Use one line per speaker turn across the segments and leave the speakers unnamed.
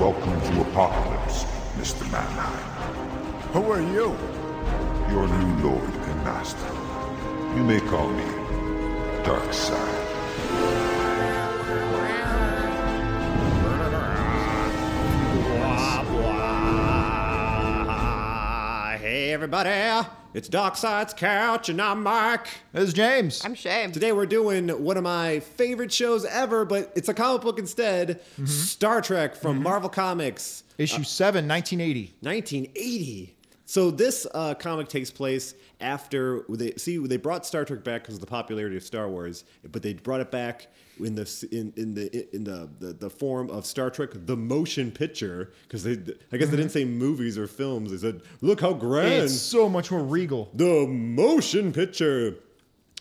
Welcome to Apocalypse, Mr. Mannheim.
Who are you?
Your new lord and master. You may call me Darkseid.
Blah, blah. Hey, everybody. It's Dockside's Couch, and I'm Mark. Uh,
It's James.
I'm shamed.
Today we're doing one of my favorite shows ever, but it's a comic book instead Star Trek from Marvel Comics,
Oh.
Issue 7, 1980.
1980. So this uh, comic takes place after they see they brought Star Trek back because of the popularity of Star Wars, but they brought it back in the s- in, in the in the, the the form of Star Trek the motion picture because they I guess they didn't say movies or films they said look how grand
It's so much more regal.
the motion picture.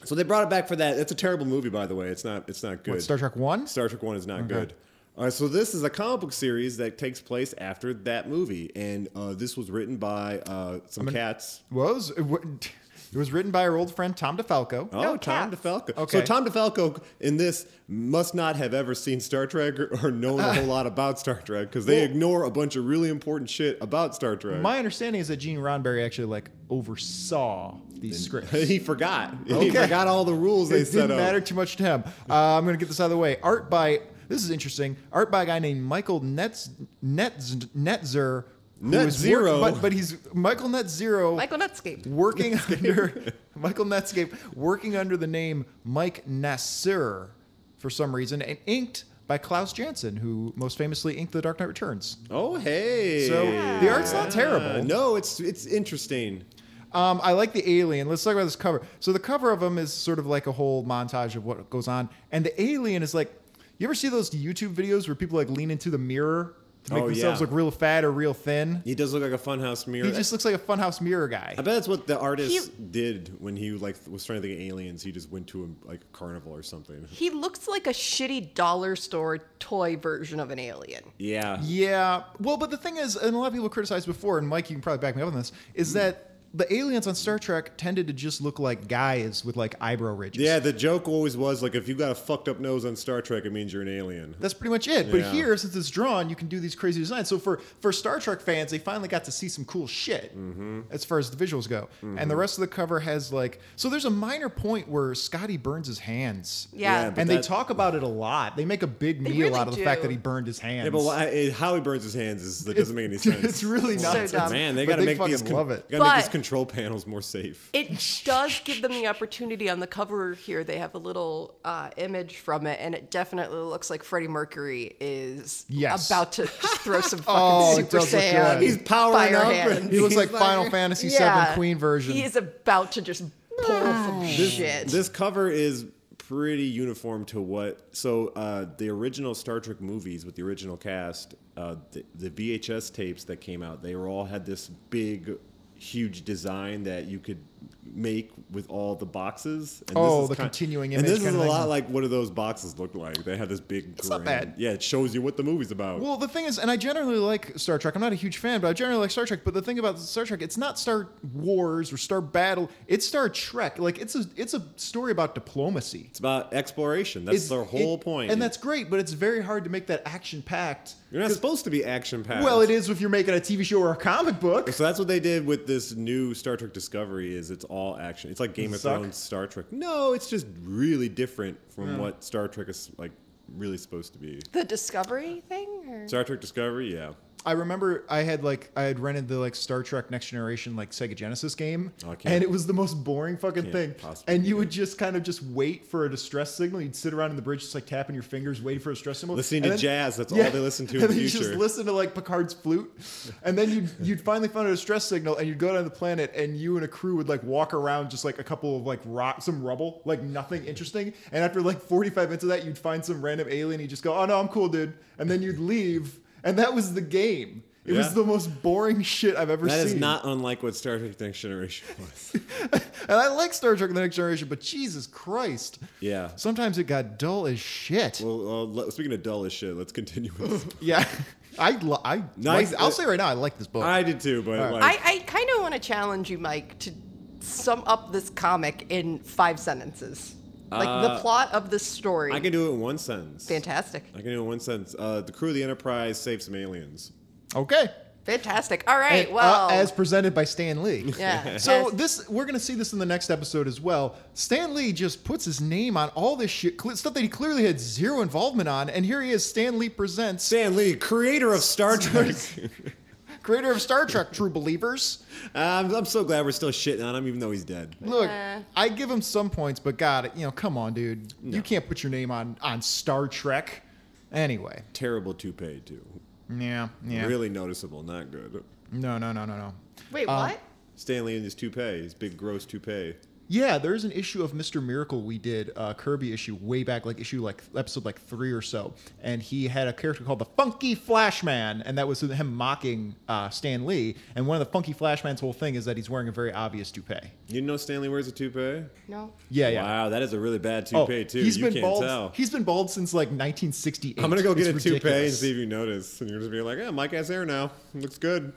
So they brought it back for that. It's a terrible movie, by the way. It's not. It's not good.
What, Star Trek 1?
Star Trek One is not good. All right, so this is a comic book series that takes place after that movie, and uh, this was written by uh, some cats.
Was it wa- it was written by our old friend Tom DeFalco.
Oh,
No,
Tom
cats.
DeFalco. So
Okay.
Tom DeFalco in this must not have ever seen Star Trek or, or known a whole lot about Star Trek because they
Well-
ignore a bunch of really important shit about Star Trek.
My understanding is that Gene Roddenberry actually like oversaw these scripts.
he "Oh." forgot. He
Okay.
forgot all the rules they
it
set
didn't
up.
matter too much to him. Uh, I'm going to get this out of the way. Art by this is interesting. Art by a guy named Michael Netz Netz Netzer. who
Net
is
Zero.
but, but he's Michael Net Zero.
Michael Netscape.
working under Michael Netscape, working under the name Mike Nasser for some reason, and inked by Klaus Janson, who most famously inked The Dark Knight Returns.
Oh hey!
So the art's not
Uh,
terrible.
no, it's it's interesting.
Um, I like the alien. Let's talk about this cover. So the cover of them is sort of like a whole montage of what goes on, and the alien is like, you ever see those YouTube videos where people like lean into the mirror to make
Oh,
themselves
yeah.
look real fat or real thin?
He does look like a funhouse mirror.
He just looks like a funhouse mirror guy.
I bet that's what the artist
He-
did when he like was trying to think of aliens. He just went to a, like a carnival or something.
He looks like a shitty dollar store toy version of an alien.
Yeah.
Yeah. Well, but the thing is, and a lot of people criticized before, and Mike, you can probably back me up on this, is that the aliens on Star Trek tended to just look like guys with like eyebrow ridges.
Yeah, the joke always was like if you got a fucked up nose on Star Trek, it means you're an alien.
That's pretty much it.
Yeah.
But here, since it's drawn, you can do these crazy designs. So for, for Star Trek fans, they finally got to see some cool shit
Mm-hmm.
as far as the visuals go. And the rest of the cover has like so there's a minor point where Scotty burns his hands.
Yeah.
Yeah, but-
and they
that-
talk about it a lot. They make a big
They
meal
really
out of the
do.
fact that he burned his hands.
Yeah, but why, it, how he burns his hands is that doesn't make any sense.
it's really
So
not.
dumb.
Man, they
but
gotta make these
fucking love it.
Gotta make these
But-
control panels more safe.
It does give them the opportunity on the cover here. They have a little uh, image from it, and it definitely looks like Freddie Mercury is
Yes.
about to just throw some fucking
Oh, it
Super
does look
Saiyan.
good. He's
powering
fire
up.
hands.
He looks
He's
like Final Fantasy VII Queen version.
He is about to just pull some shit.
This cover is pretty uniform to what. So uh, the original Star Trek movies with the original cast, uh, the, the VHS tapes that came out, they were all had this big, huge design that you could make with all the boxes. And
Oh, the continuing
And
image
this is
kinda
a
thing.
lot like what do those boxes look like? They had this big.
It's not bad.
Yeah, it shows you what the movie's about.
Well, the thing is, and I generally like Star Trek. I'm not a huge fan, but I generally like Star Trek. But the thing about Star Trek, it's not Star Wars or Star Battle. It's Star Trek. Like it's a it's a story about diplomacy.
it's about exploration. That's
It's-
their whole
it-
point.
and that's great. But it's very hard to make that action packed.
you're not supposed to be action packed.
Well, it is if you're making a TV show or a comic book.
So that's what they did with this new Star Trek Discovery. Is it's all action. It's like Game of
Suck.
Thrones, Star Trek. No, it's just really different from what Star Trek is like really supposed to be.
the Discovery thing? Or?
Star Trek Discovery, yeah.
I remember I had like I had rented the like Star Trek Next Generation like Sega Genesis game,
Oh, I can't-
and it was the most boring fucking
Can't
thing.
possibly
And you
do
would just kind of just wait for a distress signal. You'd sit around in the bridge, just like tapping your fingers, waiting for a distress signal.
Listening
And
to jazz, that's all they listen to in
and
the
then you just
future.
listen to like Picard's flute, and then you'd you'd finally find a distress signal, and you'd go down the planet, and you and a crew would like walk around just like a couple of like rock, some rubble, like nothing interesting. And after like forty five minutes of that, you'd find some random alien. You would just go, "Oh no, I'm cool, dude," and then you'd leave, and that was the game. It
Yeah.
was the most boring shit I've ever
That is
seen.
not unlike what Star Trek Next Generation was.
and I like Star Trek: The Next Generation, but Jesus Christ,
Yeah.
sometimes it got dull as shit.
well, uh, le- speaking of dull as shit, let's continue with this.
yeah, I, li- I,
Nice-
like- I'll say right now, I like this book.
I did too, but
All right.
like,
I, I kind of want to challenge you, Mike, to sum up this comic in five sentences. Like the plot of this story.
Uh, I can do it in one sentence.
Fantastic.
I can do it in one sentence. Uh, the crew of the Enterprise saves some aliens.
Okay.
Fantastic. All right.
And, uh,
well,
as presented by Stan Lee.
yeah.
So
yes.
this we're gonna see this in the next episode as well. Stan Lee just puts his name on all this shit, cl- stuff that he clearly had zero involvement on, and here he is. Stan Lee presents
Stan Lee, creator of Star Trek.
creator of Star Trek: True Believers.
I'm, I'm so glad we're still shitting on him, even though he's dead.
Look,
Eh.
I give him some points, but God, you know, come on, dude, you can't put your name on on Star Trek. Anyway,
Terrible toupee too.
yeah, yeah,
Really noticeable. Not good.
no, no, no, no, no.
wait,
uh,
what?
Stanley and his toupee, his big gross toupee.
Yeah, there is an issue of Mr. Miracle we did uh, Kirby issue way back, like issue like episode like three or so, and he had a character called the Funky Flashman, and that was him mocking uh, Stan Lee. And one of the Funky Flashman's whole thing is that he's wearing a very obvious toupee.
You know Stanley wears a toupee?
No.
Yeah, yeah.
Wow, that is a really bad
Oh,
toupee too.
he's
you
been
can't
bald.
tell.
He's been bald since like 1968.
I'm gonna go get
It's
a toupee and
ridiculous.
see if you notice, and you're just be like, "Yeah, Mike has hair now. Looks good."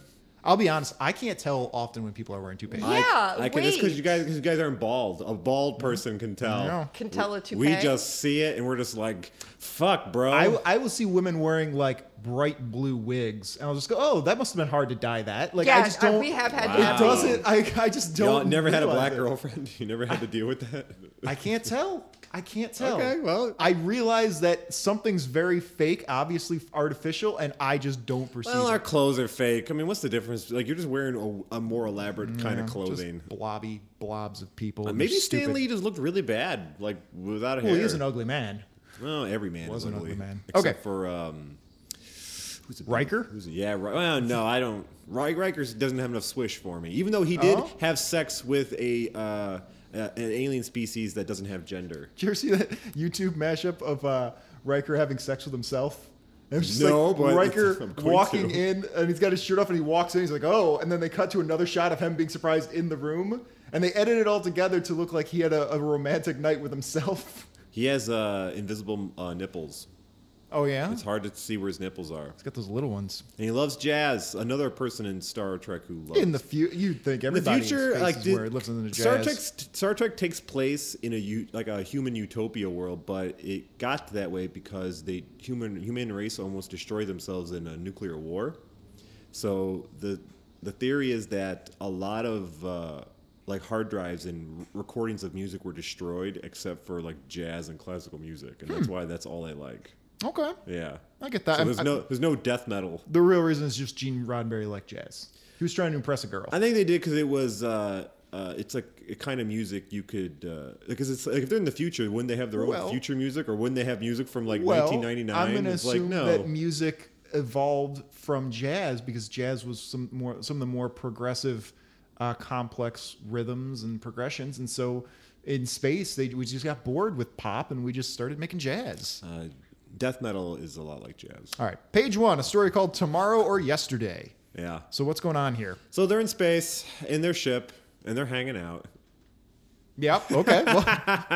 I'll be honest, I can't tell often when people are wearing toupees.
I- Yeah,
I, I can, It's because
wait.
you guys, cause you guys aren't bald. A
Mm-hmm.
bald person can tell.
No.
Can tell a toupee.
We just see it and we're just like, "Fuck, bro."
I, I will see women wearing like bright blue wigs, and I'll just go, "Oh, that must have been hard to dye that." Like I
yeah,
just
uh,
don't.
we have had
Wow.
to.
It doesn't. I, I just
Y'all
don't.
never had a
realize
black
it.
girlfriend. You never had to deal with that.
I can't tell. I can't tell.
Okay, well-
I realize that something's very fake, obviously artificial, and I just don't perceive
Well, our
it.
clothes are fake. I mean, what's the difference? Like, you're just wearing a, a more elaborate kind of
Mm, Just
clothing.
blobby blobs of people. and
Uh, Maybe
they're stupid.
Stanley just looked really bad, like without a hair.
Well, he is an ugly man.
Well, every man
Was
was
an
an
ugly man.
Except
Okay.
for um, who's it?
Riker?
Who's it? Yeah. Ri- Well, no, I don't. Ri- Riker doesn't have enough swish for me. Even though he did
Oh?
have sex with a uh, uh, an alien species that doesn't have gender.
Did you ever see that YouTube mashup of uh, Riker having sex with himself? And it's just
No,
like
but
Riker
I'm going
walking
to.
in, and he's got his shirt off, and he walks in. He's like, "Oh!" And then they cut to another shot of him being surprised in the room, and they edit it all together to look like he had a, a romantic night with himself.
He has uh, invisible uh, nipples.
Oh yeah,
It's hard to see where his nipples are.
he's got those little ones.
And he loves jazz. Another person in Star Trek who loves
In the future, you'd think
In the
everybody
future, like
like,
did-
where it lives in the jazz.
Star Trek, Star Trek takes place in a u- like a human utopia world, but it got that way because the human human race almost destroyed themselves in a nuclear war. So the the theory is that a lot of uh, like hard drives and r- recordings of music were destroyed, except for like jazz and classical music, and that's why that's all they like.
okay,
Yeah,
Hmm. I get that.
So
I'm-
there's
I-
no there's no death metal.
the real reason is just Gene Roddenberry liked jazz. He was trying to impress a girl.
I think they did because it was. Uh, uh, it's like a kind of music you could uh, because it's like if they're in the future, wouldn't they have their own
Well-
future music or wouldn't they have music from like
well,
1999?
I'm going to
it's like
assume
no,
that music evolved from jazz because jazz was some more some of the more progressive, uh, complex rhythms and progressions, and so in space they we just got bored with pop and we just started making jazz.
uh, death metal is a lot like jazz.
All right, page one, a story called "Tomorrow or Yesterday."
Yeah.
So what's going on here?
So they're in space in their ship and they're hanging out.
Yep. Okay. Well,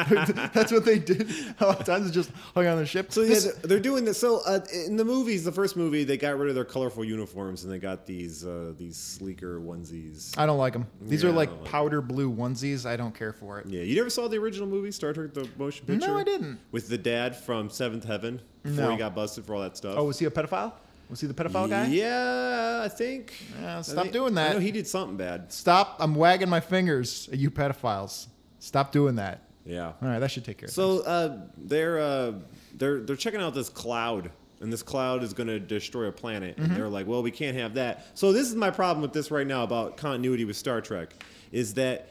that's what they did. A lot of times it's just hung on the ship.
So yeah,
This-
they're doing this. So uh, in the movies, the first movie, they got rid of their colorful uniforms and they got these uh, these sleeker onesies.
I don't like them. These
Yeah,
are
I
like
don't like
powder blue onesies. I don't care for it.
Yeah, you never saw the original movie Star Trek: The Motion Picture?
I didn't.
With the dad from Seventh Heaven before
No.
he got busted for all that stuff.
Oh, was he a pedophile? Was he the pedophile guy?
Yeah, I think.
Yeah,
I
stop
think-
doing that.
I know he did something bad.
Stop. I'm wagging my fingers at you pedophiles. Stop doing that.
Yeah.
All right, that should take care of it.
So uh, they're uh, they're they're checking out this cloud, and this cloud is going to destroy a planet. And they're like, "Well, we can't have that." So this is my problem with this right now about continuity with Star Trek, is that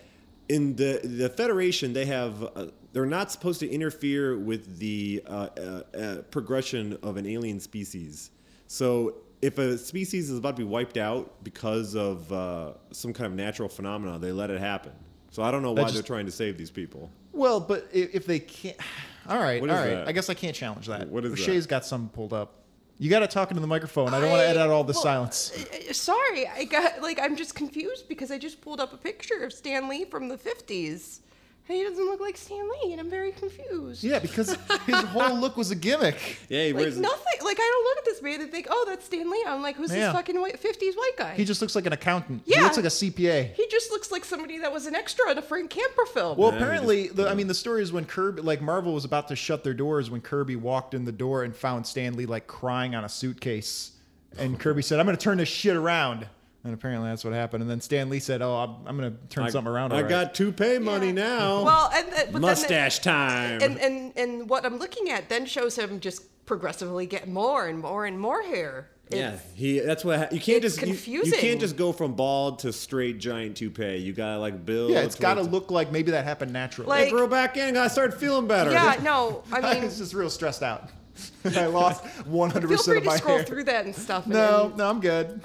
in the the Federation they have uh, they're not supposed to interfere with the uh, uh, uh, progression of an alien species. So if a species is about to be wiped out because of uh, some kind of natural phenomena, they let it happen. So I don't know why
just-
they're trying to save these people.
Well, but i- if they can't. All right, all
What is
right.
that?
I guess I can't challenge that.
What is that?
Shay's got some pulled up. You got to talk into the microphone. I don't want to edit out all the
well,
silence.
uh, Sorry, I got like I'm just confused because I just pulled up a picture of Stan Lee from the 50s, and he doesn't look like Stan Lee, and I'm very confused.
Yeah, because his whole look was a gimmick.
Yeah, he
Like
wears-
nothing. Like, Like I don't look at this man and think, oh, that's Stan Lee. I'm like, who's
Yeah.
this fucking white, 50s white guy?
He just looks like an accountant. He
Yeah.
looks like a CPA.
He just looks like somebody that was an extra in a Frank Camper film.
Well, apparently, the, I mean, the story is when Kirby, like Marvel, was about to shut their doors when Kirby walked in the door and found Stanley like crying on a suitcase, and Kirby said, "I'm going to turn this shit around." And apparently, that's what happened. And then Stan Lee said, "Oh, I'm, I'm going to turn something around."
I
all right."
got toupee money
Yeah.
now.
Well, and th- but then-
Mustache time.
and and and what I'm looking at then shows him just progressively get more and more and more hair.
yeah,
It's-
he. That's what ha- you can't
it's
just you- you,
confusing.
can't just go from bald to straight giant toupee. You gotta like build.
Yeah, it's got to
towards-
look like maybe that happened naturally.
Like-
I grow back in. I start feeling better.
yeah. No, I
I
mean,
was just real stressed out. I lost 100
feel
percent
free
of
to
my
scroll
hair.
through that and stuff. and
No,
then-
no, I'm good.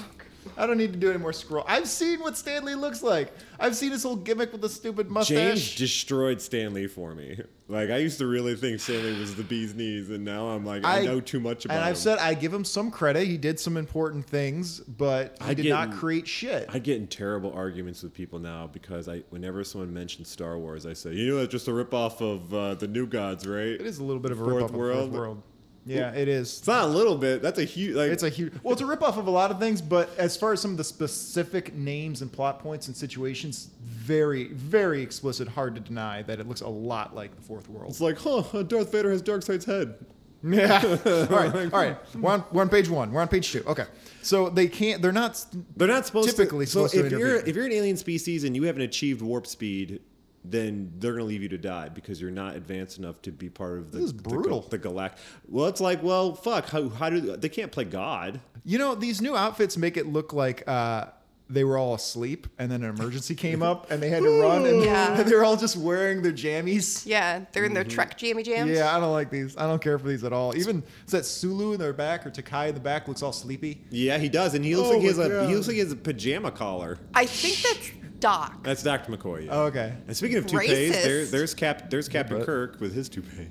I don't need to do any more scroll. I've seen what Stanley looks like. I've seen his whole gimmick with the stupid mustache.
James destroyed Stanley for me. Like I used to really think Stanley was the bee's knees, and now I'm like I, know too much about
And
him.
I've said I give him some credit. He did some important things, but he
I
did
get-
not create shit.
I get in terrible arguments with people now because I, whenever someone mentions Star Wars, I say, you know, that's just a ripoff of uh, the New Gods, right?
it is a little bit of a
Fourth
rip off of
World.
Fourth World. Yeah, it is.
It's not a little bit. That's a huge. Like,
It's a huge. Well, it's a rip off of a lot of things, but as far as some of the specific names and plot points and situations, very, very explicit. Hard to deny that it looks a lot like the Fourth World.
It's like, huh? Darth Vader has Darkseid's head.
Yeah. all right. All right. We're on, we're on page one. We're on page two. Okay. So they can't. They're not.
They're not supposed
Typically
to.
supposed
so
to
if you're
intervene.
if you're an alien species and you haven't achieved warp speed, then they're gonna leave you to die because you're not advanced enough to be part of the
This is brutal.
The, gal- the galact. Well, it's like, well, fuck. How how do they can't play God?
You know, these new outfits make it look like uh, they were all asleep, and then an emergency came up, and they had to run, and,
Yeah.
and they're all just wearing their jammies.
Yeah, they're in their Trek jammy jams.
Mm-hmm. Yeah, I don't like these. I don't care for these at all. Even is that Sulu in their back or Takai in the back looks all sleepy.
Yeah, he does, and he looks
Oh
like he
my
has a he
God.
looks like he has a pajama collar.
I think that's Doc.
That's Doctor McCoy. yeah.
Okay.
And speaking of toupees,
Racist.
there, there's Cap, there's Captain
but-
Kirk with his toupee.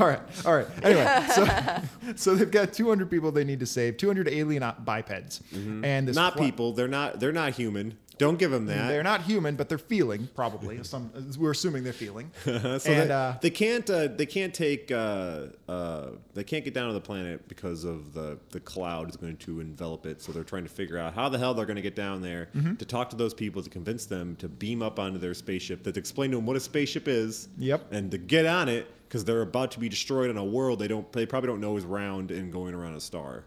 All right, all right. Anyway, so, so they've got 200 people they need to save, 200 alien op- bipeds, and this
Mm-hmm. not
fly-
people. They're not. They're not human. Don't give them that.
They're not human, but they're feeling probably. Some we're assuming they're feeling.
so
and
they,
uh,
they can't. Uh, they can't take. Uh, uh, they can't get down to the planet because of the the cloud is going to envelop it. So they're trying to figure out how the hell they're going to get down there
Mm-hmm.
to talk to those people to convince them to beam up onto their spaceship. That to explain to them what a spaceship is.
Yep.
And to get on it because they're about to be destroyed on a world they don't. They probably don't know is round and going around a star.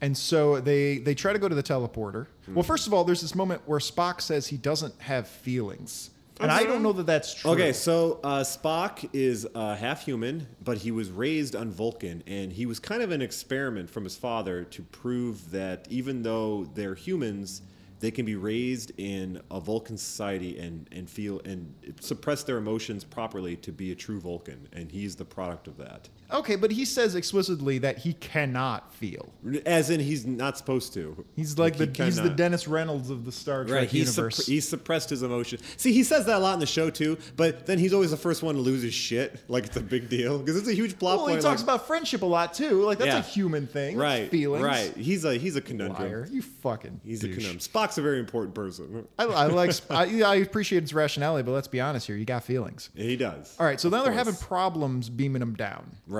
And so they they try to go to the teleporter. Well, first of all, there's this moment where Spock says he doesn't have feelings, and I don't know that that's true.
Okay, so uh, Spock is uh, half human, but he was raised on Vulcan, and he was kind of an experiment from his father to prove that even though they're humans, they can be raised in a Vulcan society and, and feel and suppress their emotions properly to be a true Vulcan, and he's the product of that.
okay, but he says explicitly that he cannot feel.
As in, he's not supposed to.
He's like,
he
the he's the
cannot.
Dennis Reynolds of the Star Trek
Right, he,
universe.
supp- he suppressed his emotions. See, he says that a lot in the show too, but then he's always the first one to lose his shit, like it's a big deal because it's a huge plot
well, he
point.
talks
like-
about friendship a lot too. Like that's
Yeah.
a human thing. That's
right,
feelings.
right. He's a he's a conundrum.
Liar, you fucking.
He's a
douche.
conundrum. Spock's a very important person.
I, I like. Sp- I, yeah, I appreciate his rationality, but let's be honest here. You got feelings.
He does.
All right, so
Of
now they're
course.
having problems beaming him down.
right.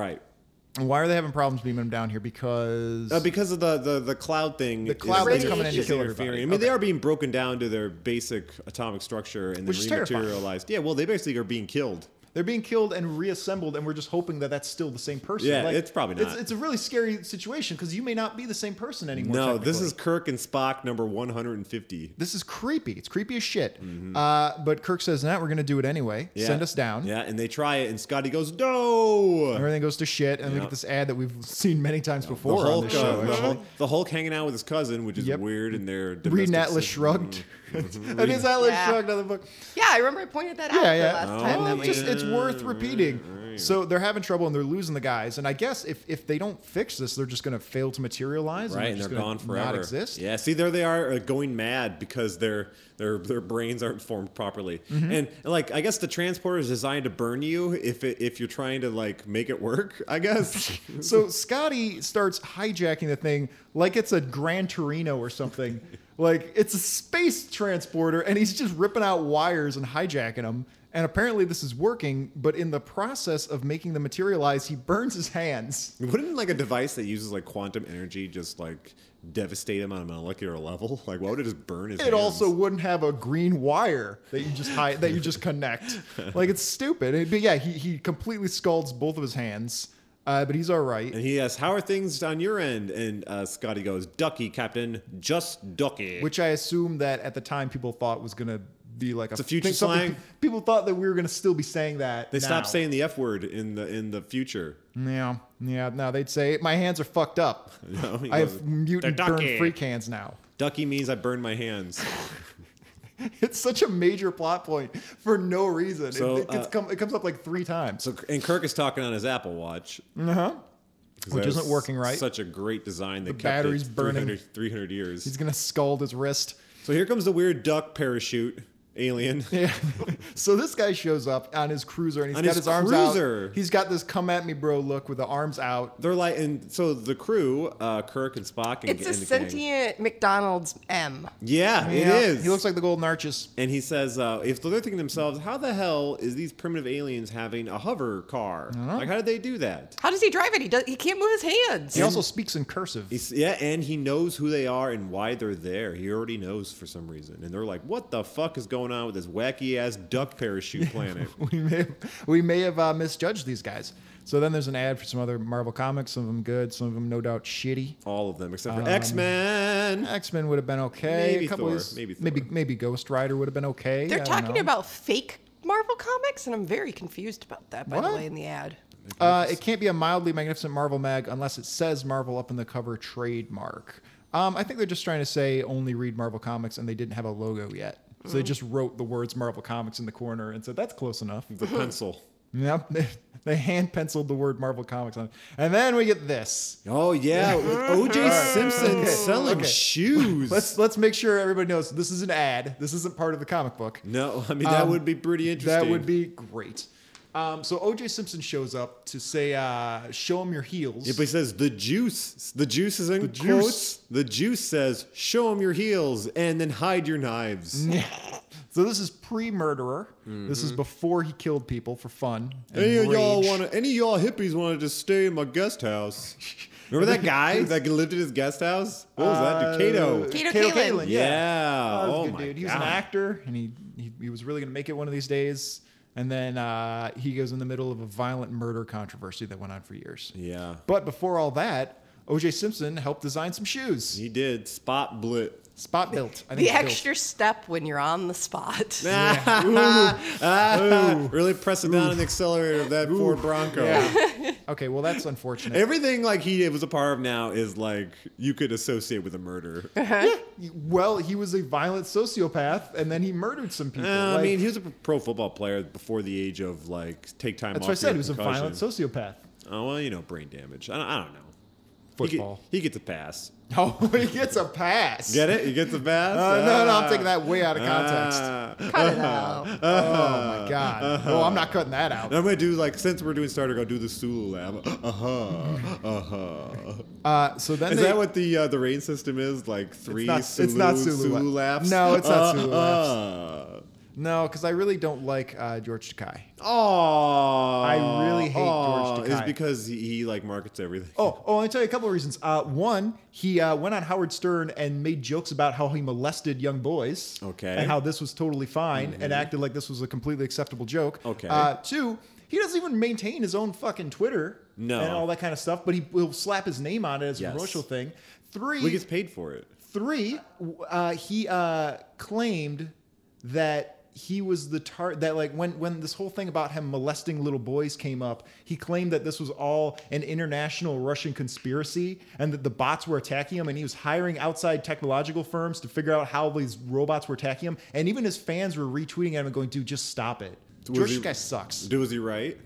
And why are they having problems beaming him down here? Because
Uh, because of the, the, the cloud thing, the
cloud
thing's coming in to
kill
I
everybody.
mean, they are being broken down to their basic atomic structure and then
Which is terrifying.
rematerialized. Yeah, well, they basically are being killed.
they're being killed and reassembled, and we're just hoping that that's still the same person.
Yeah, it's probably not.
It's, it's a really scary situation because you may not be the same person anymore.
No, this
technically.
is Kirk and Spock number one hundred and fifty.
this is creepy. It's creepy as shit. Uh, but Kirk says, "Nah, we're going to do it anyway.
Mm-hmm. Yeah.
Send us down."
Yeah, and they try it, and Scotty goes, "No."
Everything goes to shit, and we
Yeah.
get this ad that we've seen many times
The
before on
Hulk,
this
uh,
show.
the,
actually.
Hulk, the Hulk hanging out with his cousin, which is
Yep.
weird, and they're
Reading
domestic
Atlas
si-
Shrugged.
Mm-hmm.
it is Atlas
Yeah.
Shrugged on the book.
Yeah, I remember I pointed that out
Yeah,
the
yeah. Oh,
last time that
Well,
we.
just- it's worth repeating. So they're having trouble and they're losing the guys. And I guess if, if they don't fix this, they're just going to fail to materialize.
Right, and
and
they're
just
gone
gonna
forever.
Not exist.
Yeah, see, there they are, uh, going mad because their their their brains aren't formed properly,
Mm-hmm.
and like I guess the transporter is designed to burn you if it, if you're trying to like make it work. I guess.
So Scotty starts hijacking the thing like it's a Gran Torino or something. like it's a space transporter, and he's just ripping out wires and hijacking them. And apparently, this is working, but in the process of making them materialize, he burns his hands.
Wouldn't like a device that uses like quantum energy just like devastate him on a molecular level? Like, why would it just burn his?
It
hands?
also wouldn't have a green wire that you just hide, that you just connect. Like it's stupid. but yeah, he he completely scalds both of his hands, uh, but he's all right.
And he asks, "How are things on your end?" And uh, Scotty goes, "Ducky, Captain, just ducky."
which I assume that at the time people thought was gonna be like a,
a future
something-
slang.
People thought that we were gonna still be saying that.
they
now.
stopped saying the f word in the in the future.
Yeah, yeah. No, they'd say my hands are fucked up.
No, he
I
goes,
have mutant
"They're
burn
ducky."
freak hands now.
Ducky means I burn my hands.
It's such a major plot point for no reason.
So,
it, it, gets
uh,
come, it comes up like three times.
So and Kirk is talking on his Apple Watch. Uh huh.
Uh-huh. Which isn't working right.
Such a great design that kept
The battery's
it
burning.
300, 300 years.
He's gonna scald his wrist.
So here comes the weird duck parachute alien.
Yeah. so this guy shows up on his cruiser and he's
On
got
his
his, arms
cruiser.
out. He's got this "come at me, bro" look with the arms out.
They're like, and so the crew, uh, Kirk and Spock, and
It's a
and the gang-
sentient McDonald's M.
Yeah, it
Yeah,
is.
He looks like the Golden Arches.
and he says, uh, if they're thinking to themselves, how the hell is these primitive aliens having a hover car?
Uh-huh.
Like, how did they do that?
How does he drive it? He does. He can't move his hands.
He also speaks in cursive.
He's, yeah, and he knows who they are and why they're there. He already knows for some reason. And they're like, what the fuck is going on with this wacky ass duck parachute planet?
we may have, we may have uh, misjudged these guys. So then there's an ad for some other Marvel comics. Some of them good. Some of them no doubt shitty.
All of them except
Um,
for X Men.
X Men would have been okay.
Maybe
a couple
Thor,
of these-
maybe Thor.
maybe maybe Ghost Rider would have been okay. I
They're
don't
talking
know.
about fake Marvel comics, and I'm very confused about that. By
What?
the way, in the ad,
Uh, it can't be a mildly magnificent Marvel mag unless it says Marvel up in the cover trademark. Um, I think they're just trying to say only read Marvel comics, and they didn't have a logo yet, so
Mm.
they just wrote the words Marvel comics in the corner and said that's close enough.
The pencil.
Yep, they hand penciled the word Marvel comics on, it. and then we get this.
Oh yeah, with OJ Simpson selling
okay.
shoes.
Let's let's make sure everybody knows this is an ad. This isn't part of the comic book.
no, I mean that
Um,
would be pretty interesting.
That would be great. Um, so OJ Simpson shows up to say, uh, "Show him your heels."
If he says the juice, the juice is in quotes.
juice.
The juice says, "Show him your heels and then hide your knives."
so this is pre-murderer. This
Mm-hmm.
is before he killed people for fun. and
Any of y'all
rage.
want to? Any of y'all hippies want to just stay in my guest house? Remember that guy that lived in his guest house? What was
Uh,
that? Decato.
Kato
Kato
Kaelin.
Kaelin,
Yeah.
That was a
Oh
good
my
dude. He was an
God.
actor, and he, he he was really gonna make it one of these days. And then uh, he goes in the middle of a violent murder controversy that went on for years.
Yeah,
But before all that, OJ Simpson helped design some shoes.
he did. Spot blit.
Spot built. I
the
it's built.
extra step when you're on the spot.
Ah, really pressing down on the accelerator of that Ford Bronco.
Yeah. okay, well that's unfortunate.
Everything like he was a part of now is like you could associate with a murder.
well, he was a violent sociopath, and then he murdered some people.
Uh, I
Like,
mean, he was a pro football player before the age of like take time
that's
off.
what I said.
your
He was a
concussion.
violent sociopath.
oh well, you know, brain damage. I don't, I don't know. He, get-
Football.
he gets a pass.
Oh, he gets a pass.
Get it? He gets a pass.
Uh, no, no, I'm
Ah.
taking that way out of context.
Ah.
Cut it out.
oh my god. oh, I'm not cutting that out.
And I'm gonna do like since we're doing starter, go do the Sulu lab. Uh huh. Uh huh.
Uh, so then
Is
they,
that what the uh, the rain system is? Like three
not- it's
Sulu,
not Sulu lab.
laps?
No, it's not Sulu
laps.
No, because I really don't like uh, George Takai.
Oh,
I really hate George
Is
Takei.
because he, he like markets everything.
Oh, oh, let me tell you a couple of reasons. Uh, one, he uh, went on Howard Stern and made jokes about how he molested young boys.
Okay.
And how this was totally fine and acted like this was a completely acceptable joke.
Okay.
Uh, two, he doesn't even maintain his own fucking Twitter.
No.
And all that kind of stuff, but he will slap his name on it as
Yes.
a promotional thing. Three,
He gets paid for it.
Three, w- uh, he uh, claimed that he was the tar that like when when this whole thing about him molesting little boys came up, he claimed that this was all an international Russian conspiracy and that the bots were attacking him and he was hiring outside technological firms to figure out how these robots were attacking him. And even his fans were retweeting at him and going, "Dude, just stop it.
Was
George
he-
Takai sucks."
Do was he right?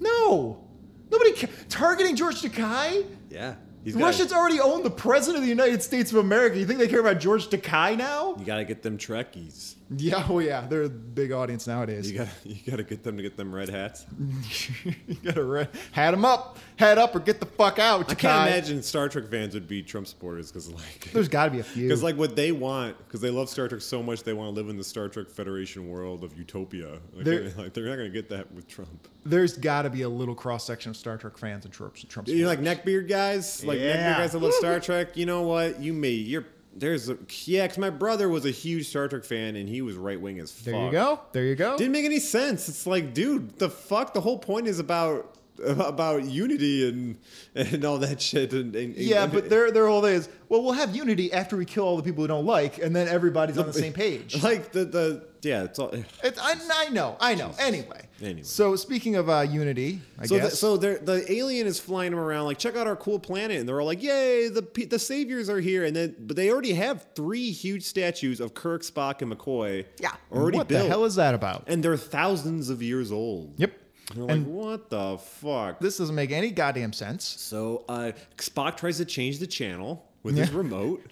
No, nobody ca- targeting George Takai.
Yeah. He's
The
gotta-
Russians already own the president of the United States of America. You think they care about George Takei now?
You gotta get them Trekkies.
Yeah, oh yeah, they're a big audience nowadays.
You gotta you gotta get them to get them red hats.
you gotta re- hat him up, hat up, or get the fuck out.
I can't
Takei.
imagine Star Trek fans would be Trump supporters because like
There's got to be a few.
Because like what they want, because they love Star Trek so much, they want to live in the Star Trek Federation world of utopia. Like
They're-
they're, like, they're not gonna get that with Trump.
There's got to be a little cross section of Star Trek fans and Trump. Trump
You know, like neckbeard guys, like
Yeah.
neckbeard guys that love Star Trek. You know what? You may you're there's a, yeah, because my brother was a huge Star Trek fan and he was right wing as fuck.
there you go. There you go.
Didn't make any sense. It's like, dude, the fuck. The whole point is about about unity and and all that shit. And, and
yeah,
and-
but their their whole thing is well, we'll have unity after we kill all the people we don't like, and then everybody's on the same page.
Like the the yeah, it's all.
It's, I, I know, I know. Anyway.
Anyway.
So speaking of uh, unity, I
So, the,
guess.
so they're- the alien is flying them around, like check out our cool planet, and they're all like, "Yay, the pe- the saviors are here!" And then, but they already have three huge statues of Kirk, Spock, and McCoy.
Yeah.
already
what
built,
the hell is that about?
and they're thousands of years old.
Yep.
And they're
And-
like, "What the fuck?"
This doesn't make any goddamn sense.
so uh, Spock tries to change the channel with his
Yeah.
remote.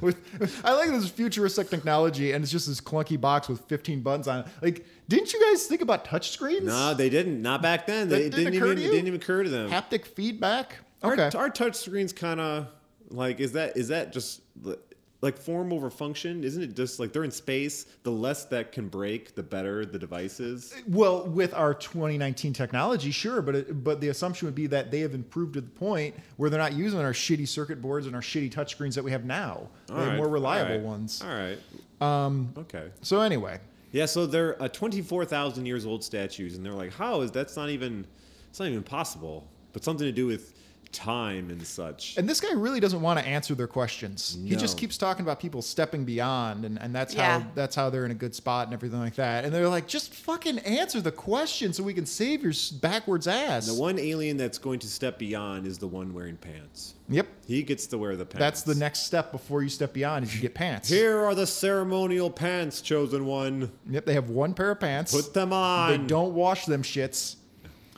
With, I like this futuristic technology, and it's just this clunky box with 15 buttons on it. Like, didn't you guys think about touch screens?
No, they didn't. Not back then.
That
They
didn't
didn't,
occur
even
to
it
you?
didn't even occur to them.
Haptic feedback.
Our,
Okay.
our touch screen's kind of like is that is that just li- like form over function? Isn't it just like they're in space? The less that can break, the better the device is.
Well, with our 2019 technology, sure, but it, but the assumption would be that they have improved to the point where they're not using our shitty circuit boards and our shitty touchscreens that we have now. they have
Alright,
more reliable
alright,
ones.
All right. Um. Okay.
So anyway,
Yeah. So they're uh, twenty four thousand years old statues, and they're like, how is that's not even it's not even possible, but something to do with time and such.
and this guy really doesn't want to answer their questions. He just
No.
keeps talking about people stepping beyond, and, and that's
Yeah.
how that's how they're in a good spot and everything like that. And they're like, just fucking answer the question so we can save your s- backwards ass.
the one alien that's going to step beyond is the one wearing pants.
yep,
He gets to wear the pants.
that's the next step before you step beyond is you get pants.
Here are the ceremonial pants, chosen one.
Yep, they have one pair of pants.
Put them
They
on.
don't wash them shits.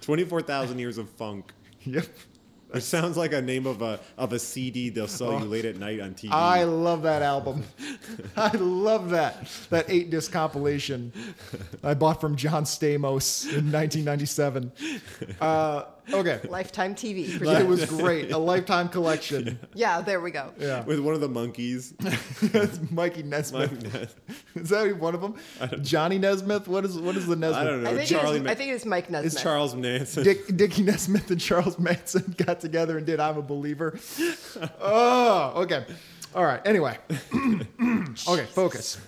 24,000 years of funk.
Yep.
It sounds like a name of a of a CD they'll sell you late at night on TV.
Oh. I love that album. I love that that eight disc compilation I bought from John Stamos in 1997. Uh, okay,
Lifetime TV.
it
presents-
was great. A lifetime collection.
yeah, there we go.
Yeah,
with one of the monkeys.
That's Mikey Nesmith. Is that one of them? Johnny Nesmith. What is what is the Nesmith?
I don't know.
I think,
Charlie
it is,
Ma-
I think it is Mike Nesmith.
it's Charles Manson.
Dick, Dickie Nesmith and Charles Manson got together and did "I'm a Believer." Oh, okay. All right. Anyway, okay. Focus.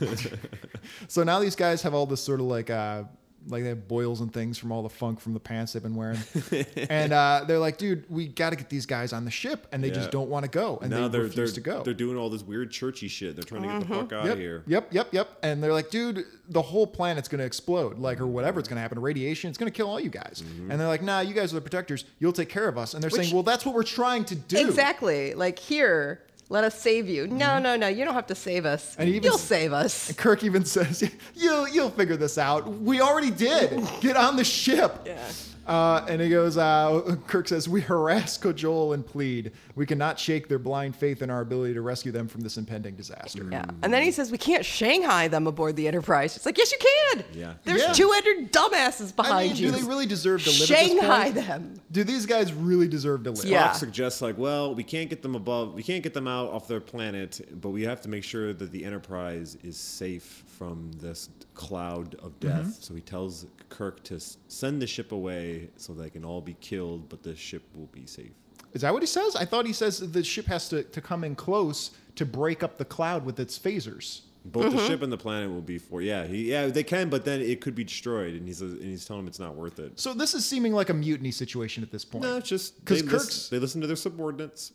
so now these guys have all this sort of like, uh, like they have boils and things from all the funk from the pants they've been wearing, and uh, they're like, "Dude, we got to get these guys on the ship," and they just
Yeah.
don't want to go, and
now
they
they're they're,
refuse to go.
they're doing all this weird churchy shit. They're trying to get the fuck out
Yep,
of here.
yep, yep, yep. And they're like, dude, the whole planet's gonna explode, like, or whatever it's gonna happen, radiation, it's gonna kill all you guys. And they're like, nah, you guys are the protectors, you'll take care of us. And they're
Which-
saying, well, that's what we're trying to do.
Exactly. Like here, let us save you. No, no, no. You don't have to save us.
Mm-hmm. And even-
You'll save us.
And Kirk even says, "You'll you'll figure this out. We already did. Get on the ship."
Yeah.
Uh, and he goes, uh, Kirk says, "We harass, cajole, and plead. We cannot shake their blind faith in our ability to rescue them from this impending disaster."
Yeah. And then he says we can't Shanghai them aboard the Enterprise. It's like, yes, you can.
Yeah.
There's
Yeah.
200 dumbasses
I
behind
mean,
you.
do they really deserve to live?
Shanghai
At this point?
them.
Do these guys really deserve to live?
Yeah.
Spock suggests like, well, we can't get them above, we can't get them out off their planet, but we have to make sure that the Enterprise is safe from this cloud of
Mm-hmm.
death. So he tells Kirk to s- send the ship away so they can all be killed, but the ship will be safe.
Is that what he says? I thought he says the ship has to, to come in close to break up the cloud with its phasers.
Both
Mm-hmm.
the ship and the planet will be for yeah, he, yeah, they can, but then it could be destroyed, and he says, and he's telling him it's not worth it.
So this is seeming like a mutiny situation at this point.
No, it's just
'Cause
they lis-
Kirk's-
they listen to their subordinates.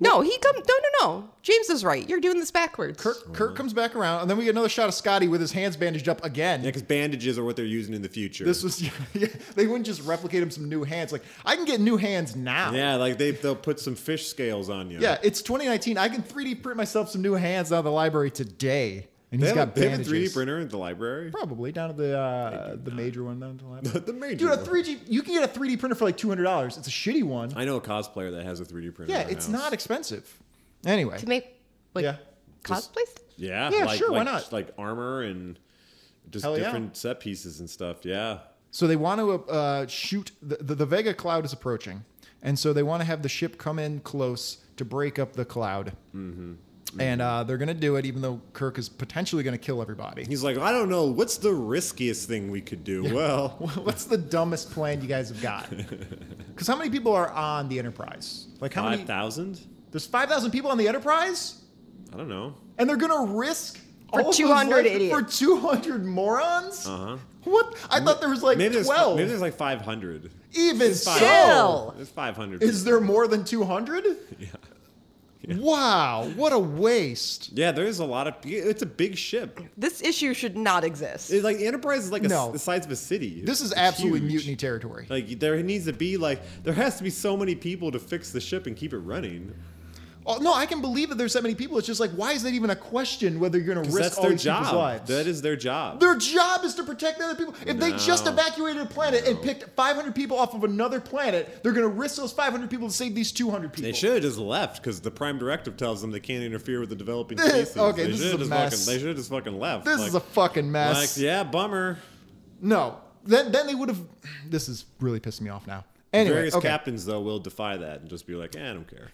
No, he come. No, no, no. James is right. You're doing this backwards.
Kirk, Kirk comes back around, and then we get another shot of Scotty with his hands bandaged up again.
Yeah, because bandages are what they're using in the future.
This was yeah, they wouldn't just replicate him some new hands. Like I can get new hands now.
yeah, like they they'll put some fish scales on you.
Yeah, it's 2019. I can 3D print myself some new hands out of the library today. and
They
he's
have,
got
a, they have a
bandages.
3D printer at the library.
Probably down at the uh, the major one down to the library.
the major
Dude, a
one.
3G. You can get a 3D printer for like two hundred dollars. It's a shitty one.
I know a cosplayer that has a 3D printer.
yeah,
in her
it's
house.
not expensive. Anyway,
to make like
yeah,
cosplays.
Yeah,
Yeah,
like,
sure, why
like-
not?
Like armor and just
Hell yeah.
different set pieces and stuff. Yeah,
so they want to uh, shoot the, the the Vega cloud is approaching, and so they want to have the ship come in close to break up the cloud. Mm-hmm. And uh, they're gonna do it, even though Kirk is potentially gonna kill everybody.
he's like, I don't know, what's the riskiest thing we could do? Well,
What's the dumbest plan you guys have got? Because how many people are on the Enterprise? Like how
five
many?
thousand?
There's five thousand people on the Enterprise,
I don't know.
and they're gonna risk
For
all of those
200
lives for
idiots.
two hundred morons.
Uh huh.
What? I thought there was like
maybe there's
twelve.
maybe there's like five hundred.
Even
Five.
so,
Still.
There's five hundred.
is there more than two hundred?
Yeah.
Wow, what a waste!
Yeah, there's a lot of. It's a big ship.
This issue should not exist.
It's like the Enterprise is like a,
No.
the size of a city.
This is
It's
absolutely
huge.
mutiny territory.
Like there needs to be like there has to be so many people to fix the ship and keep it running.
Oh, no, I can believe that there's that many people. It's just like, why is that even a question? Whether you're going to
'Cause
risk
That's
all
their
these people's
job.
lives?
That is their job.
Their job is to protect the other people. If they just
No.
evacuated a planet and picked 500 people off of another planet, they're going to risk those 500 people to save these 200 people.
They should have just left because the prime directive tells them they can't interfere with the developing species.
Okay,
they
this is
should've
a
just
mess.
Fucking, they should have just fucking left.
This
Like-
is a fucking
Like,
mess.
yeah, bummer.
No. Then, then they would have. This is really pissing me off now. Anyway,
Various
okay.
captains though will defy that and just be like, eh, I don't care.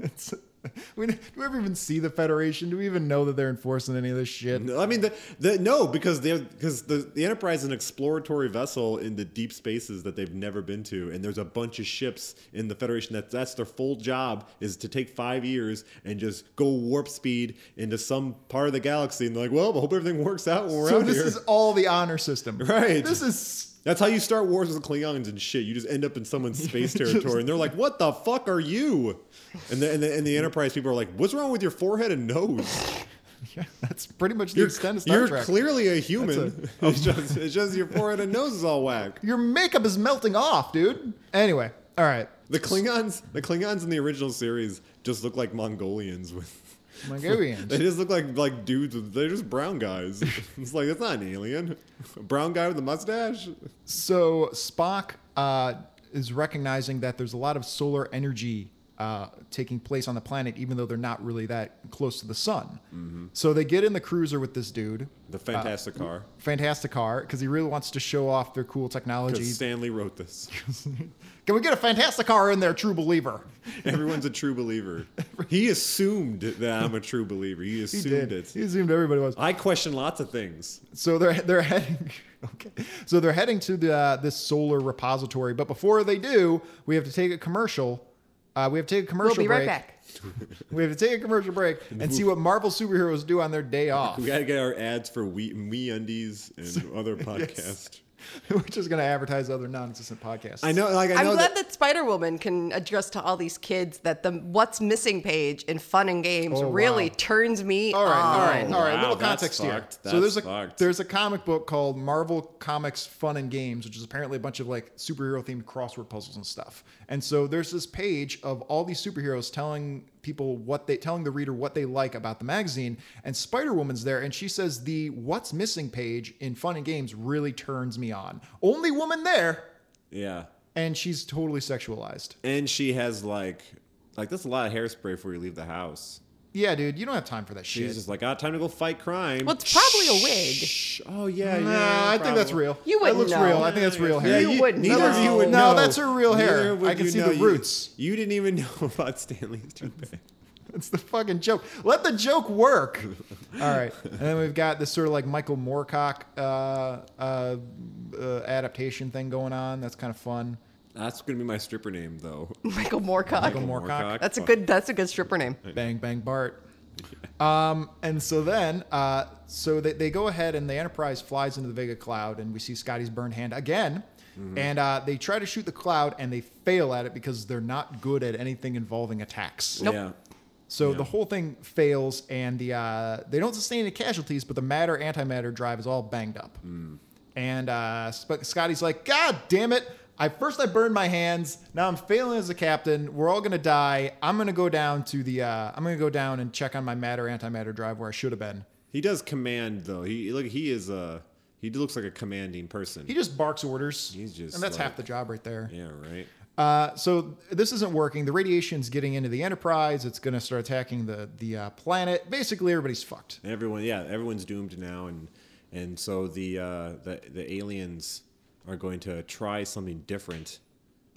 It's- we, do we ever even see the Federation? Do we even know that they're enforcing any of this shit?
No, I mean, the, the, no, because they because the, the Enterprise is an exploratory vessel in the deep spaces that they've never been to, and there's a bunch of ships in the Federation that that's their full job is to take five years and just go warp speed into some part of the galaxy, and they're like, well, I hope everything works out when we're
So
out
this
here.
is all the honor system,
Right.
This is
That's how you start wars with the Klingons and shit. You just end up in someone's space territory, and they're like, "What the fuck are you?" And the, and the, and the Enterprise people are like, "What's wrong with your forehead and nose?
yeah, that's pretty much the
You're,
extent of Star
you're
Trek.
clearly a human. it's, just, it's just your forehead and nose is all whack."
Your makeup is melting off, dude. Anyway, all right.
The Klingons, the Klingons in the original series, just look like Mongolians with.
Mongolians.
They just look like like dudes. with- They're just brown guys. It's like that's not an alien. A brown guy with a mustache.
So Spock uh, is recognizing that there's a lot of solar energy uh, taking place on the planet, even though they're not really that close to the sun.
Mm-hmm.
So they get in the cruiser with this dude,
The fantastic car.
fantastic car, because he really wants to show off their cool technology.
Because Stanley wrote this.
Can we get a fantastic car in there, true believer?
Everyone's a true believer. He assumed that I'm a true believer. He
He
assumed
did.
it.
He assumed everybody was.
I question lots of things.
So they're they're heading. Okay. So they're heading to the uh, this solar repository, but before they do, we have to take a commercial. Uh, we have to take a commercial
we'll be
break.
right back.
We have to take a commercial break and see what Marvel superheroes do on their day off,
We gotta get our ads for we me undies and other podcasts.
We're just going to advertise other non-existent podcasts.
I know, like I
I'm
know
glad
that,
that, Spider Woman can address to all these kids that the What's Missing page in Fun and Games
Oh,
really
wow.
turns me
All right,
on.
all right, all right.
Oh, wow,
Little
that's
context here.
fucked.
So there's a
That's fucked.
there's a comic book called Marvel Comics Fun and Games, which is apparently a bunch of like superhero themed crossword puzzles and stuff. And so there's this page of all these superheroes telling people what they telling the reader what they like about the magazine. And Spider Woman's there, and she says the What's Missing page in Fun and Games really turns me on. Only woman there,
yeah.
and she's totally sexualized.
And she has like, like that's a lot of hairspray before you leave the house.
Yeah, dude, you don't have time for that
She's
shit.
just like, ah, time to go fight crime.
Well, it's probably a wig.
Shh. Oh yeah,
Nah,
yeah.
I think that's
probably.
real.
You
that
wouldn't
looks
know.
real. I think that's real
Yeah,
hair.
You wouldn't
Neither of you would
know.
know.
No, that's her real hair.
Neither would
I can
you
see the
know. You-
roots.
You, didn't even know about Stanley's toothpaste.
It's the fucking joke. Let the joke work. All right. And then we've got this sort of like Michael Moorcock uh, uh, uh, adaptation thing going on. That's kind of fun.
That's gonna be my stripper name though.
Michael Moorcock.
Michael Moorcock.
That's a good. That's a good stripper name.
Bang, bang, Bart. Um, and so then, uh, so they, they go ahead and the Enterprise flies into the Vega cloud, and we see Scotty's burned hand again. And uh, they try to shoot the cloud, and they fail at it because they're not good at anything involving attacks.
Nope.
Yeah.
So the whole thing fails, and the uh, they don't sustain any casualties, but the matter antimatter drive is all banged up.
Hmm.
And uh, Sp- Scotty's like, "God damn it! I first I burned my hands. Now I'm failing as a captain. We're all gonna die. I'm gonna go down to the. Uh, I'm gonna go down and check on my matter antimatter drive where I should have been."
He does command though. He look he is a he looks like a commanding person.
He just barks orders.
He's just
and that's
like-
half the job right there.
yeah, right.
Uh, so this isn't working. The radiation's getting into the Enterprise. It's going to start attacking the the uh, planet. Basically, everybody's fucked.
Everyone, yeah, everyone's doomed now, and and so the uh, the the aliens are going to try something different.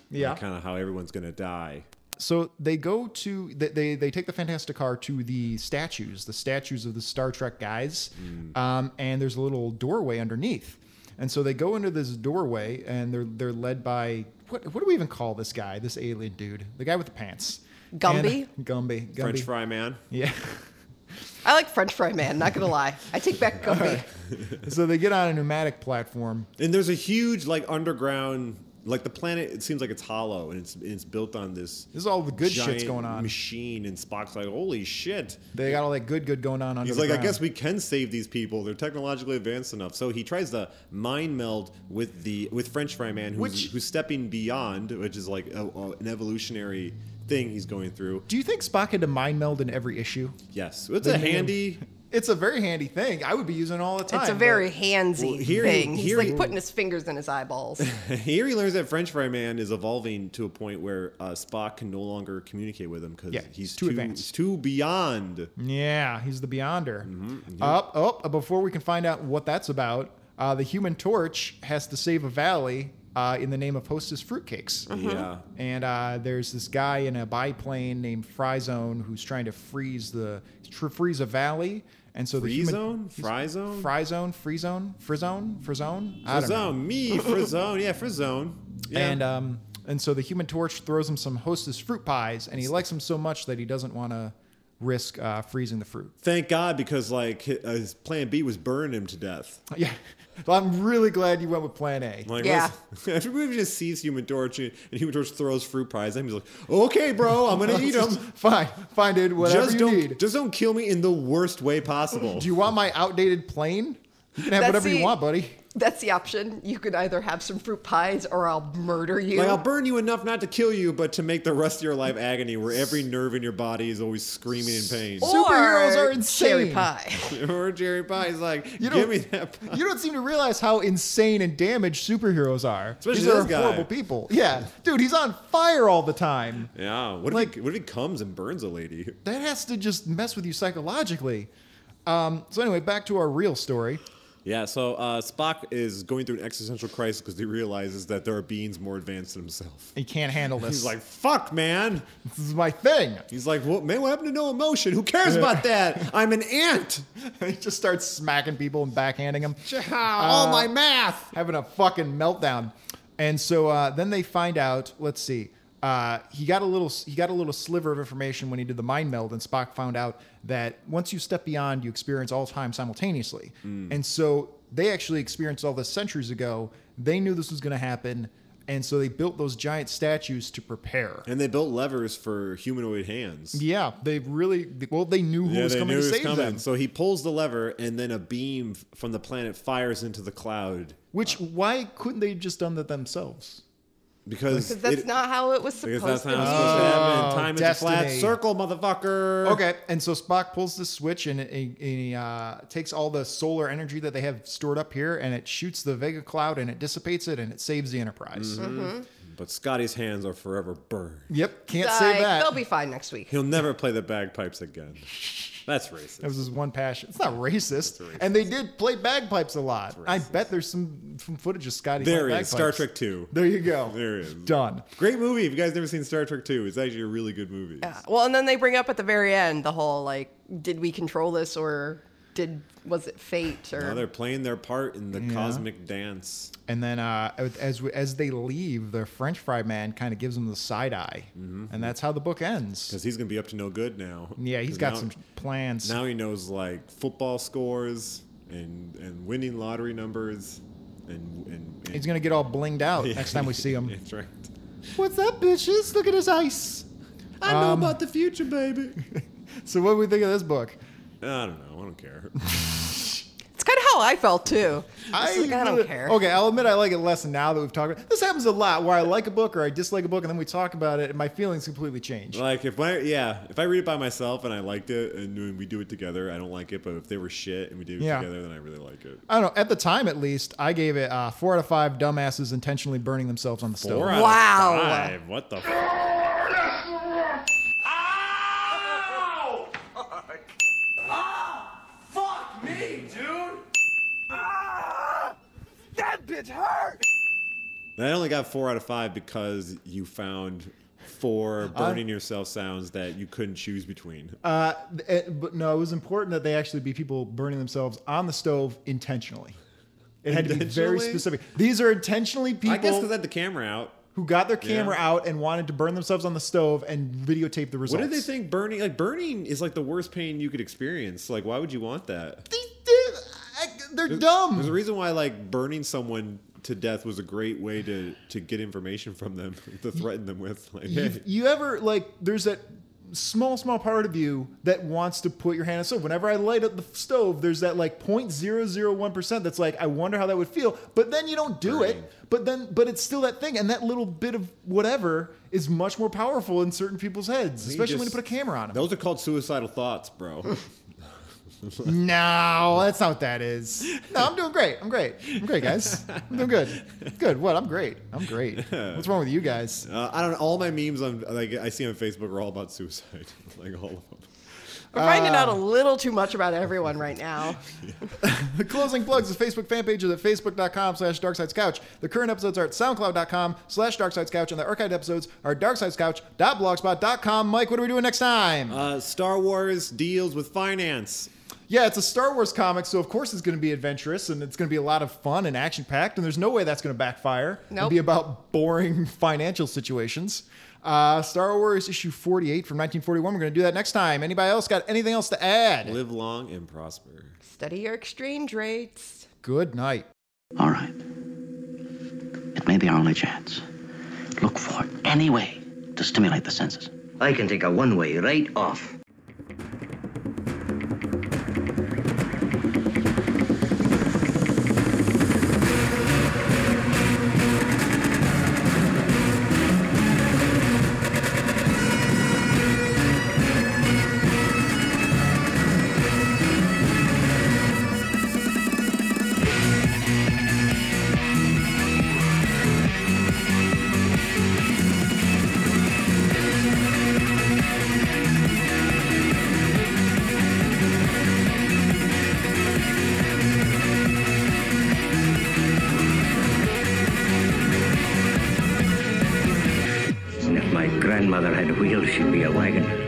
Yeah.
kind of how everyone's going to die.
So they go to they- they they take the Fantastic Car to the statues, the statues of the Star Trek guys,
Mm.
um, and there's a little doorway underneath. And so they go into this doorway, and they're they're led by what what do we even call this guy? This alien dude, the guy with the pants,
Gumby?
And- Gumby, Gumby,
French fry man.
yeah.
I like French fry man. Not gonna lie, I take back Gumby.
so they get on a pneumatic platform.
And there's a huge like underground like the planet. It seems like it's hollow and it's it's built on this.
This is all the good shit's
giant
going on.
Machine and Spock's like, holy shit.
They got all that good good going on under
He's
the
like, I
ground.
guess we can save these people. They're technologically advanced enough. So he tries to mind meld with the with French Fry Man, who's,
Which-
who's stepping beyond, which is like a, a- an evolutionary thing he's going through.
Do you think Spock had to mind meld in every issue?
Yes, it's
They
a
made him-
handy.
It's a very handy thing. I would be using it all the time.
It's a
but-
very handsy
Well, here he-
thing. He's
here
like
he-
putting his fingers in his eyeballs.
Here he learns that French Fry Man is evolving to a point where uh, Spock can no longer communicate with him because
Yeah,
he's
too
too,
advanced. Mm-hmm.
he's too beyond.
Yeah, he's the Beyonder.
Mm-hmm,
Up, up. uh, Before we can find out what that's about, uh, the Human Torch has to save a valley uh, in the name of Hostess Fruitcakes.
Yeah,
And uh, there's this guy in a biplane named Fryzone who's trying to freeze the tr- freeze a valley. And so the human,
Freezone? Fryzone?
Fryzone, Freezone, Frizone, Frizone. I don't know.
Frizzone, me Frizzone, yeah Frizzone, yeah.
And um, and so the Human Torch throws him some Hostess fruit pies, and he likes them so much that he doesn't want to risk uh, freezing the fruit.
Thank God, because like hi- uh, his plan B was burn him to death.
Uh, Yeah, well, I'm really glad you went with Plan A.
Like,
Yeah.
listen- everybody just sees Human Torch and and Human Torch throws fruit pies. And he's like, okay, bro, I'm gonna eat them.
Fine, fine, dude. Whatever
Just
you
don't,
need.
just don't kill me in the worst way possible.
Do you want my outdated plane? You can have
That's
whatever you
the-
want, buddy.
That's the option. You can either have some fruit pies or I'll murder you.
like I'll burn you enough not to kill you, but to make the rest of your life agony, where every nerve in your body is always screaming in pain.
or
Superheroes are
Cherry
insane.
pie.
or Jerry Pie is like,
You don't-
give me that. Pie.
You don't seem to realize how insane and damaged superheroes are.
Especially
These are
this guy.
horrible people. Yeah, dude, he's on fire all the time.
Yeah. What if,
Like-
he, what if he comes and burns a lady?
That has to just mess with you psychologically. Um, so anyway, back to our real story.
Yeah, so uh, Spock is going through an existential crisis because he realizes that there are beings more advanced than himself.
He can't handle this.
He's like, "Fuck, man."
this is my thing.
He's like, "What? Man, what happened to no emotion? Who cares about that? I'm an ant.
he just starts smacking people and backhanding Uh, them.
All my math."
having a fucking meltdown. And so uh, then they find out. Let's see. Uh, he got a little. He got a little sliver of information when he did the mind meld, and Spock found out that once you step beyond, you experience all time simultaneously. And so they actually experienced all this centuries ago. They knew this was going to happen, and so they built those giant statues to prepare.
And they built levers for humanoid hands.
Yeah, they really. Well, they knew who was coming to save them.
So he pulls the lever, and then a beam f- from the planet fires into the cloud
Which why couldn't they just done that themselves?
because
Because that's
it-
not how it was supposed
because that's
to
not
be.
how it's supposed to happen.
Oh,
Time is a flat
destiny.
circle, motherfucker.
Okay, and so Spock pulls the switch and, and he uh, takes all the solar energy that they have stored up here and it shoots the Vega cloud and it dissipates it and it saves the
Mm-hmm.
Enterprise. Mm-hmm.
But Scotty's hands are forever burned.
Yep, can't
Like,
save that.
They'll be fine next week.
He'll never play the bagpipes again. That's racist.
that was his one passion. It's not racist. And they did play bagpipes a lot. I bet there's some, some footage of Scotty.
There
playing
is Star
bagpipes.
Trek Two.
There you go.
There is.
Done.
Great movie. If you guys never seen Star Trek Two, it's actually a really good movie.
Yeah. Well, and then they bring up at the very end the whole like, did we control this or did was it fate or
Now they're playing their part in the cosmic dance.
And then uh, as as they leave, the French fry man kind of gives them the side eye,
Mm-hmm.
and that's how the book ends.
Because he's gonna be up to no good now.
Yeah, he's
'Cause
got
now-
some plans.
Now he knows like football scores and and winning lottery numbers and and. and
He's gonna get all blinged out next time we see him.
That's right.
What's up, bitches? Look at his ice.
I know about the future, baby.
So, what do we think of this book?
I don't know. I don't care.
It's kind of how how I felt too. I, was like, I
really-
don't care.
Okay, I'll admit I like it less now that we've talked about This happens a lot where I like a book or I dislike a book and then we talk about it and my feelings completely change.
Like if I yeah, if I read it by myself and I liked it and when we do it together, I don't like it. But if they were shit and we did it
Yeah.
together, then I really like it.
I don't know. At the time, at least, I gave it uh, four out of five dumbasses intentionally burning themselves on the stove.
Four out of
Wow.
five. What the? F-
Fuck me, dude! Ah, that bitch hurt!
I only got four out of five because you found four burning yourself sounds that you couldn't choose between.
Uh, it- but no, it was important that they actually be people burning themselves on the stove intentionally. It had to be very
Intentionally?
specific. These are intentionally
I guess
people
because I had the camera out.
who got their camera
Yeah.
out and wanted to burn themselves on the stove and videotape the
What
results.
did they think burning? Like burning is like the worst pain you could experience. Like why would you want that?
They did- I- They're dumb.
There's a reason why like burning someone to death was a great way to to get information from them to threaten them with. Like,
you,
hey.
you ever like there's that small small part of you that wants to put your hand on the stove whenever i light up the stove there's that like 0.001% that's like i wonder how that would feel but then you don't do
Burning.
it but then but it's still that thing and that little bit of whatever is much more powerful in certain people's heads especially when you
just-
put a camera on them
Those are called suicidal thoughts, bro.
no that's not what that is no i'm doing great i'm great i'm great guys i'm doing good good what i'm great i'm great what's wrong with you guys
uh, I don't know. All my memes on like I see on Facebook are all about suicide. like all of them.
We're finding
uh,
out a little too much about everyone right now.
The closing plugs is Facebook fan pages at facebook.com slash darksidescouch. The current episodes are at soundcloud.com slash darksidescouch, and the archived episodes are at darksidescouch.blogspot.com. Mike, what are we doing next time?
Uh, Star Wars deals with finance.
yeah, it's a Star Wars comic, so of course it's going to be adventurous, and it's going to be a lot of fun and action packed, and there's no way that's going to backfire. It'll
Nope.
be about boring financial situations. Uh, Star Wars issue 48 from 1941. We're going to do that next time. Anybody else got anything else to add?
Live long and prosper.
Study your exchange rates.
Good night.
All right. It may be our only chance. Look for any way to stimulate the senses.
I can take a one way right off. And if my grandmother had wheels, she'd be a wagon.